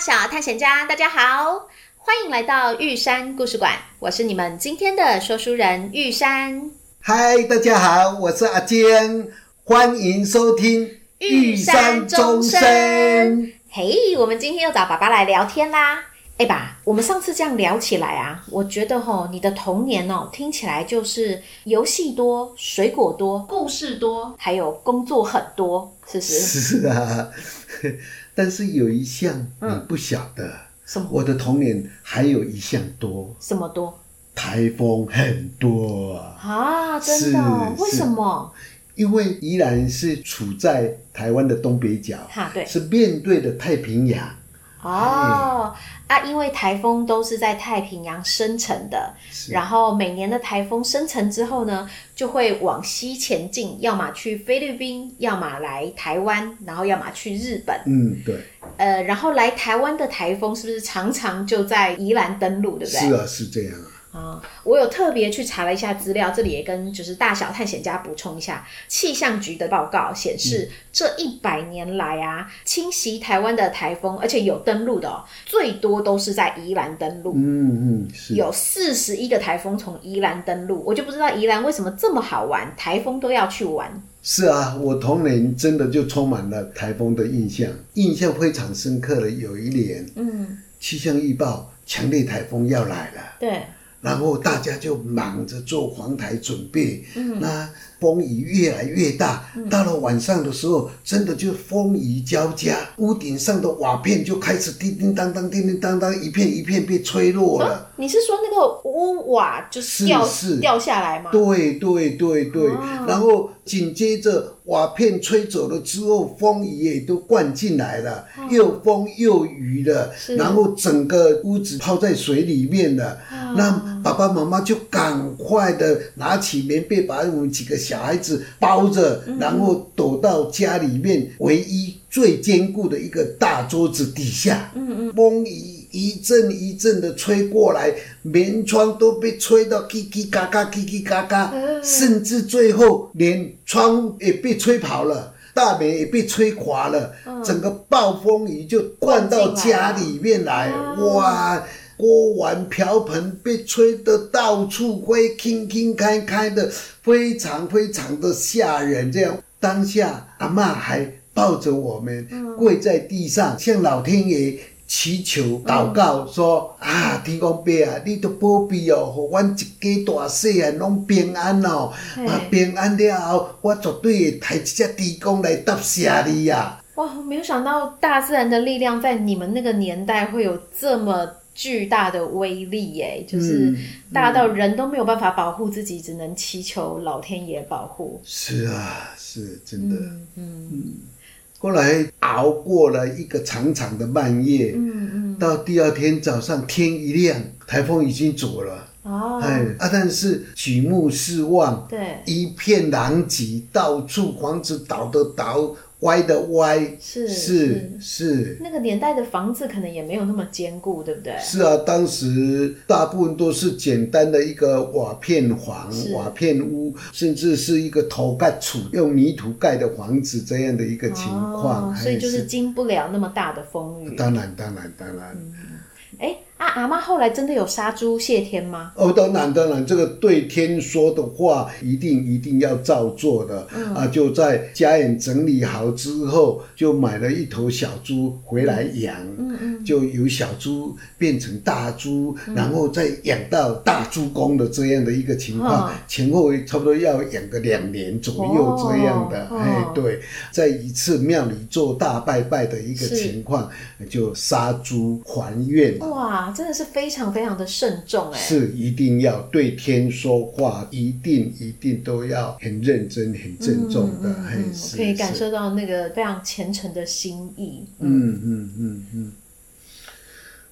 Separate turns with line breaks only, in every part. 小探险家，大家好，欢迎来到玉山故事馆，我是你们今天的说书人玉山。
嗨，大家好，我是阿坚，欢迎收听
玉山钟声
玉山钟声。
嘿，我们今天又找爸爸来聊天啦。哎吧，我们上次这样聊起来啊，我觉得吼、你的童年哦，听起来就是游戏多、水果多、故事多，还有工作很多，是不是？
是啊，但是有一项你不晓得，
什么
我的童年还有一项多，
什么多
台风很多啊。
啊？真的哦、
是
为什么？
因为宜兰是处在台湾的东北角，
哈，对，
是面对的太平洋。
哦啊，因为台风都是在太平洋生成的，
是
然后每年的台风生成之后呢，就会往西前进，要么去菲律宾，要么来台湾，然后要么去日本。
嗯，对，
呃，然后来台湾的台风是不是常常就在宜兰登陆，对不对？
是啊，是这样啊。
啊、我有特别去查了一下资料，这里也跟就是大小探险家补充一下，气象局的报告显示，
嗯
这一百年来啊，侵袭台湾的台风，而且有登陆的哦，最多都是在宜兰登陆。
嗯嗯，是。
有四十一个台风从宜兰登陆，我就不知道宜兰为什么这么好玩，台风都要去玩。
是啊，我童年真的就充满了台风的印象，印象非常深刻的有一年，
嗯，
气象预报强烈台风要来了，
对，
然后大家就忙着做防台准备。嗯，那风雨越来越大，到了晚上的时候，真的就风雨交加，屋顶上的瓦片就开始叮叮当当、叮叮当当，一片一片被吹落了。
哦你是说那个屋瓦就是
是
掉
是
掉下来吗？哦
对对对对，然后紧接着瓦片吹走了之后，风雨也都灌进来了，又风又雨了
哦是，
然后整个屋子泡在水里面了。
啊
那爸爸妈妈就赶快的拿起棉被，把我们几个小孩子包着，然后躲到家里面唯一最坚固的一个大桌子底下。嗯嗯，风雨。一阵一阵的吹过来，棉窗都被吹到叽叽嘎嘎、叽叽嘎嘎，甚至最后连窗户也被吹跑了，大门也被吹垮了，整个暴风雨就嗯灌到家里面来，哇！锅碗瓢盆被吹得到处灰，铿铿开开的，非常非常的吓人。这样，当下阿嬷还抱着我们、跪在地上，向老天爷祈求祷告，说啊，天公伯啊，你都保庇哦，互阮一家大细啊，拢平安哦。
嘿
啊，平安了后，我绝对会抬一只天公来答谢你啊。
哇，没有想到大自然的力量在你们那个年代会有这么巨大的威力耶，就是
嗯
大到人都没有办法保护自己，只能祈求老天爷保护。
是啊，是真的。
嗯
后来熬过了一个长长的半夜，
嗯
到第二天早上天一亮，台风已经走了。
嗯，哦，
哎啊，但是举目四望，
对，
一片狼藉，到处房子倒的倒，歪的歪，
是
是是
那个年代的房子可能也没有那么坚固，对不对？
是啊，当时大部分都是简单的一个瓦片房
是、
瓦片屋，甚至是一个头盖土用泥土盖的房子这样的一个情况，哎
哦，
还
所以就是经不了那么大的风雨。
当然当然当然。
哎，啊，阿妈后来真的有杀猪谢天吗？
哦，当然，当然，这个对天说的话，一定一定要照做的、啊！就在家人整理好之后，就买了一头小猪回来养，嗯嗯，就由小猪变成大猪，然后再养到大猪公的这样的一个情况，
嗯
前后差不多要养个两年左右这样的，
哦
哎
哦，
对，在一次庙里做大拜拜的一个
是
情况，就杀猪还愿。
哇，真的是非常非常的慎重哎。
是一定要对天说话，一定一定都要很认真、很郑重的，
嗯
嘿
嗯
是
可以感
是嗯
受到那个非常虔诚的心意。
嗯嗯嗯嗯。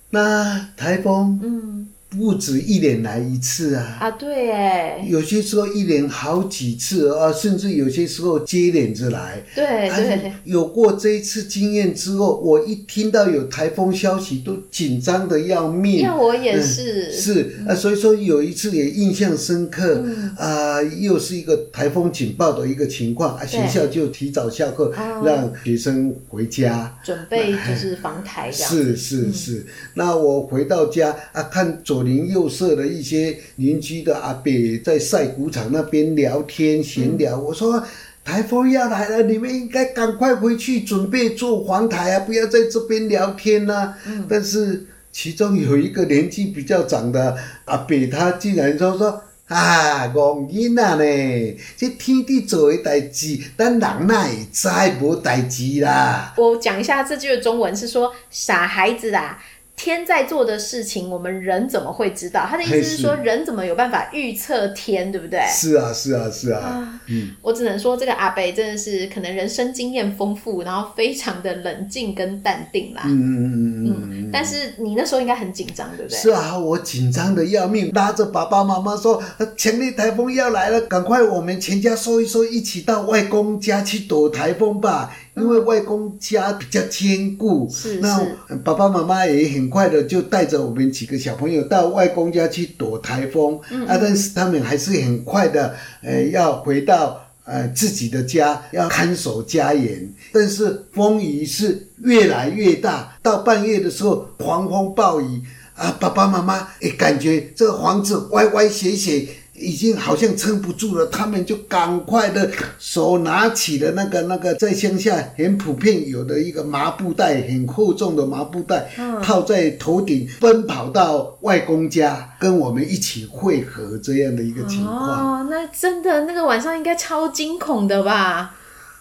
那台风
嗯，
不不止一年来一次啊，
啊，对，哎，
有些时候一年好几次啊，甚至有些时候接连着来。
对
哎
对，
有过这一次经验之后，我一听到有台风消息都紧张的要命。
要我也是，
是啊，所以说有一次也印象深刻
嗯
啊、又是一个台风警报的一个情况啊，学
对
校就提早下课
哦，
让学生回家。
准备就是防台这样子，嗯
是是是，那我回到家啊，看左邻右舍的一些邻居的阿伯在晒谷场那边聊天
嗯
闲聊，我说。台风要来了，你们应该赶快回去准备做黄台啊，不要在这边聊天呐、啊
嗯
但是其中有一个年纪比较长的阿伯，他竟然说说啊，戆囡仔呢，这天地做的代志，咱人哪会知无代志啦？
我讲一下这句的中文是说：傻孩子啊，天在做的事情，我们人怎么会知道？他的意思是说，
嘿
人怎么有办法预测天，对不对？
是啊，是啊，是啊。
啊，
嗯
我只能说这个阿北真的是可能人生经验丰富，然后非常的冷静跟淡定啦。
嗯嗯嗯嗯嗯。
但是你那时候应该很紧张，对不对？
是啊，我紧张的要命，拉着爸爸妈妈说：“呃强烈台风要来了，赶快我们全家收一收，一起到外公家去躲台风吧。”因为外公家比较坚固，
嗯是
那
是
呃爸爸妈妈也很快的就带着我们几个小朋友到外公家去躲台风。
嗯
啊，但是他们还是很快的，呃，要回到。呃，自己的家要看守家园，但是风雨是越来越大，到半夜的时候狂风暴雨啊，爸爸妈妈也感觉这个房子歪歪斜斜，已经好像撑不住了，他们就赶快的手拿起了那个那个在乡下很普遍有的一个麻布袋，很厚重的麻布袋，
嗯
套在头顶，奔跑到外公家跟我们一起汇合这样的一个情况。
哦，那真的那个晚上应该超惊恐的吧？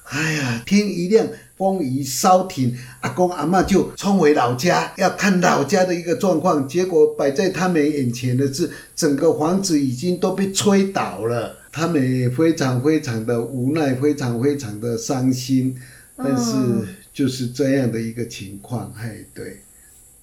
哎呀，天一亮，风雨稍停，阿公阿嬷就冲回老家，要看老家的一个状况。结果摆在他们眼前的是，整个房子已经都被吹倒了。他们也非常非常的无奈，非常非常的伤心，但是
嗯
就是这样的一个情况。哎，对，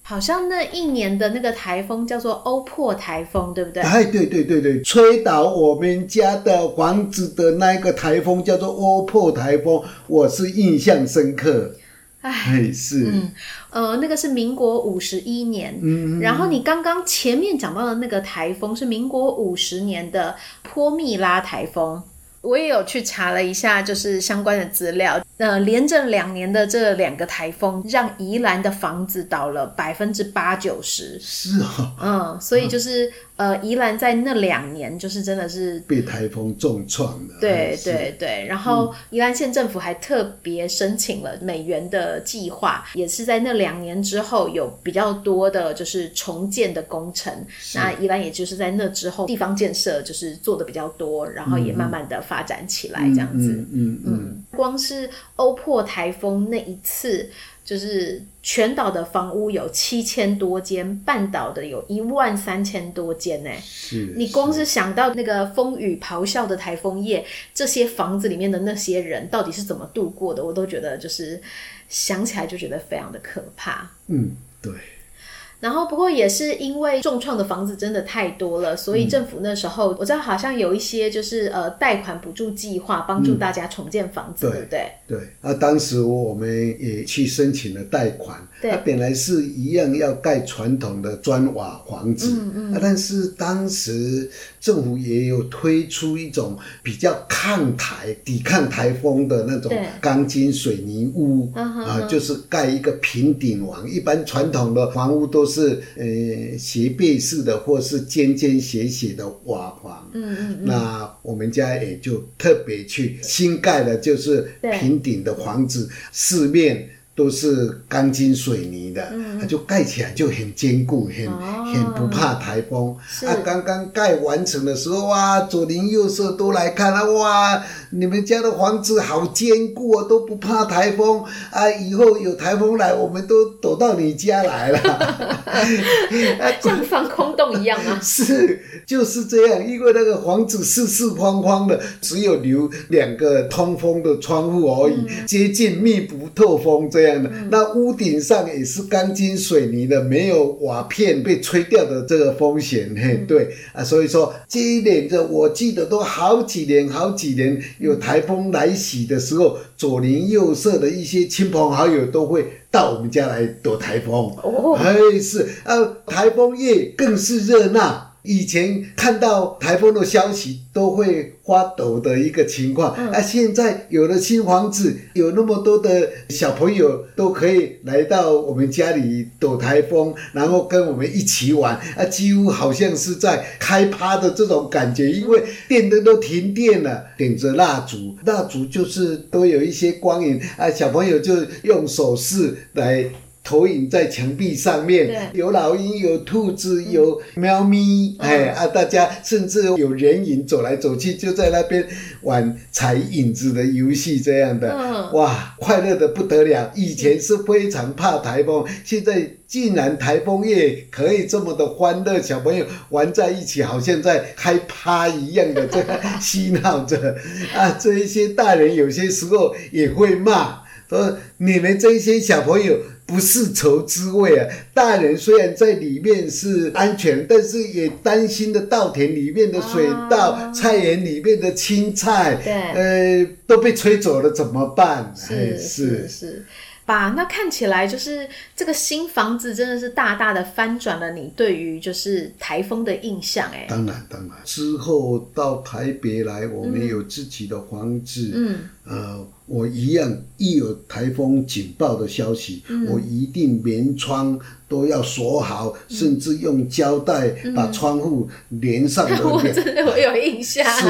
好像那一年的那个台风叫做欧珀台风，对不对？
哎，对对对对，吹倒我们家的房子的那一个台风叫做欧破台风，我是印象深刻。
唉，
哎，是。
嗯，呃，那个是民国五十一年，嗯，然后你刚刚前面讲到的那个台风是民国五十年的波密拉台风。我也有去查了一下，就是相关的资料。呃，连着两年的这两个台风，让宜兰的房子倒了百分之八九十。
是哦，
嗯，所以就是、呃，宜兰在那两年就是真的是
被台风重创了。
对
嗯是，嗯
对对，然后宜兰县政府还特别申请了美元的计划，也是在那两年之后有比较多的就是重建的工程。那宜兰也就是在那之后，地方建设就是做的比较多，然后也慢慢的发展起来这样子。
嗯嗯嗯，
光是欧珀台风那一次，就是全岛的房屋有七千多间，半岛的有一万三千多间呢、
是。
你光是想到那个风雨咆哮的台风夜，这些房子里面的那些人到底是怎么度过的，我都觉得就是想起来就觉得非常的可怕。
嗯，对，
然后，不过也是因为重创的房子真的太多了，所以政府那时候、我知道好像有一些就是呃贷款补助计划，帮助大家重建房子，
对
对不对？
对啊，当时我们也去申请了贷款，
对
啊，本来是一样要盖传统的砖瓦房子，
嗯
啊，但是当时政府也有推出一种比较抗台、抵抗台风的那种
对
钢筋水泥屋
嗯哼
啊，
哼
就是盖一个平顶网。一般传统的房屋都是呃斜背式的或是尖尖斜斜的瓦房，
嗯嗯嗯，
那我们家也就特别去新盖的，就是
对
平顶的房子，四面都是钢筋水泥的，它就盖起来就很坚固，很、
嗯哦
很不怕台风。
是
啊，刚刚盖完成的时候，哇，左邻右舍都来看啊，哇，你们家的房子好坚固啊，都不怕台风啊，以后有台风来，我们都躲到你家来了。。
像防空洞一样啊
是，就是这样，因为那个房子四四方方的，只有留两个通风的窗户而已，接近密不透风这样的。那屋顶上也是钢筋新水泥的，没有瓦片被吹掉的这个风险。嘿，对啊，所以说这一点这我记得都好几年好几年，有台风来袭的时候，左邻右舍的一些亲朋好友都会到我们家来躲台风。
哦
哎，是啊，台风夜更是热闹。以前看到台风的消息都会发抖的一个情况，啊，现在有了新房子，有那么多的小朋友都可以来到我们家里躲台风，然后跟我们一起玩，啊，几乎好像是在开趴的这种感觉，因为电灯都停电了，点着蜡烛，蜡烛就是都有一些光影，啊，小朋友就用手势来投影在墙壁上面，有老鹰，有兔子，有喵咪，哎啊，大家甚至有人影走来走去，就在那边玩踩影子的游戏这样的，
嗯
哇，快乐的不得了。以前是非常怕台风，现在竟然台风夜可以这么的欢乐，小朋友玩在一起，好像在开趴一样的这个嬉闹着啊，这一些大人有些时候也会骂。说你们这些小朋友不是愁滋味啊！大人虽然在里面是安全，但是也担心的稻田里面的水稻、
啊
菜园里面的青菜，
对
呃，都被吹走了怎么办？哎
哎是是是，吧？那看起来就是这个新房子真的是大大的翻转了你对于就是台风的印象，哎，
当然当然。之后到台北来，我们有自己的房子，
嗯，
呃，我一样一有台风警报的消息，
嗯
我一定连窗都要锁好，
嗯
甚至用胶带把窗户连上了
嗯我
两
真的我有印象，
是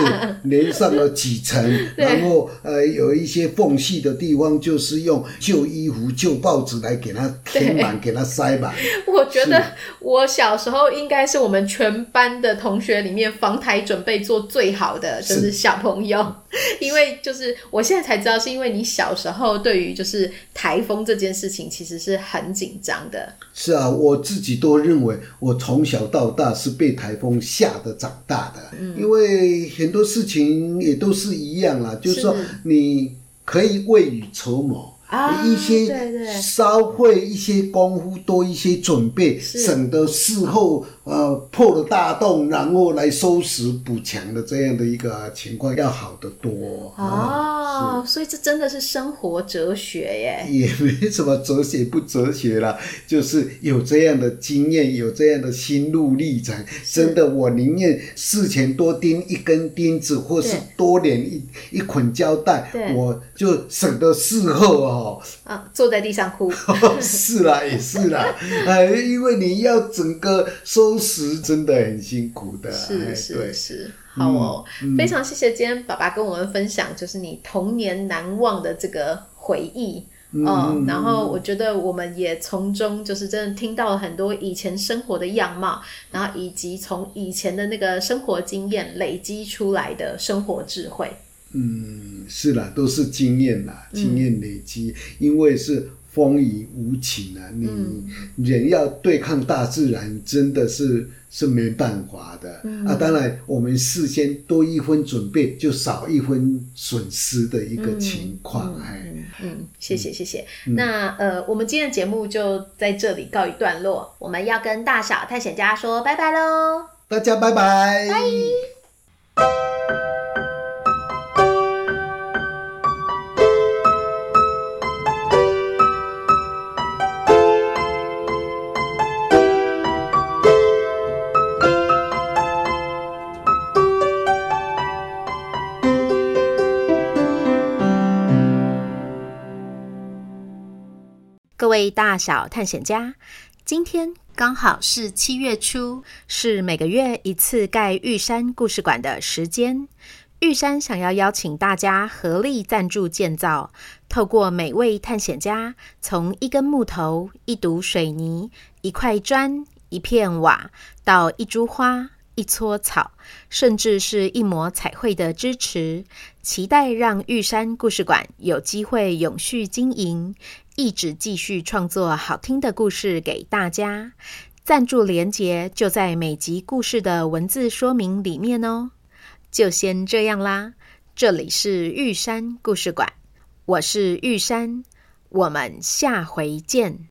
连上了几层，
对
然后呃有一些缝隙的地方，就是用旧衣服、旧报纸来给它填满、给它塞满。
我觉得我小时候应该是我们全班的同学里面防台准备做最好的，就是是小朋友， 因为就是我现在才知道，是因为你小时候对于就是台风这件事情其实是很紧张的，
是啊，我自己都认为我从小到大是被台风吓得长大的，因为很多事情也都是一样啦，就是说
嗯是
你可以未雨绸缪。
啊
一些
对对
稍会一些功夫，多一些准备，
是
省得事后呃破了大洞，然后来收拾补强的这样的一个情况要好得多啊
哦，所以这真的是生活哲学耶。
也没什么哲学不哲学啦，就是有这样的经验，有这样的心路历程。真的，我宁愿事前多钉一根钉子，或是
对
多连一一捆胶带
对，
我就省得事后哦。
啊，坐在地上 哭，
是啦，也是啦，哎，因为你要整个收拾，真的很辛苦的。哎
是是
对
是，好哦，非常谢谢今天爸爸跟我们分享，就是你童年难忘的这个回忆。嗯、然后我觉得我们也从中就是真的听到了很多以前生活的样貌，然后以及从以前的那个生活经验累积出来的生活智慧。
嗯，是啦，都是经验啦，
嗯
经验累积，因为是风雨无情啊，你
嗯
人要对抗大自然，真的是是没办法的、
嗯
啊。当然，我们事先多一分准备，就少一分损失的一个情况，哎、
嗯嗯，谢谢谢谢。那呃，我们今天的节目就在这里告一段落，我们要跟大小探险家说拜拜喽。
大家拜拜。
各位大小探险家，今天刚好是七月初，是每个月一次盖玉山故事馆的时间。玉山想要邀请大家合力赞助建造，透过每位探险家从一根木头、一堵水泥、一块砖、一片瓦，到一株花、一撮草，甚至是一抹彩绘的支持，期待让玉山故事馆有机会永续经营，一直继续创作好听的故事给大家。赞助连结就在每集故事的文字说明里面哦。就先这样啦，这里是玉山故事馆，我是玉山，我们下回见。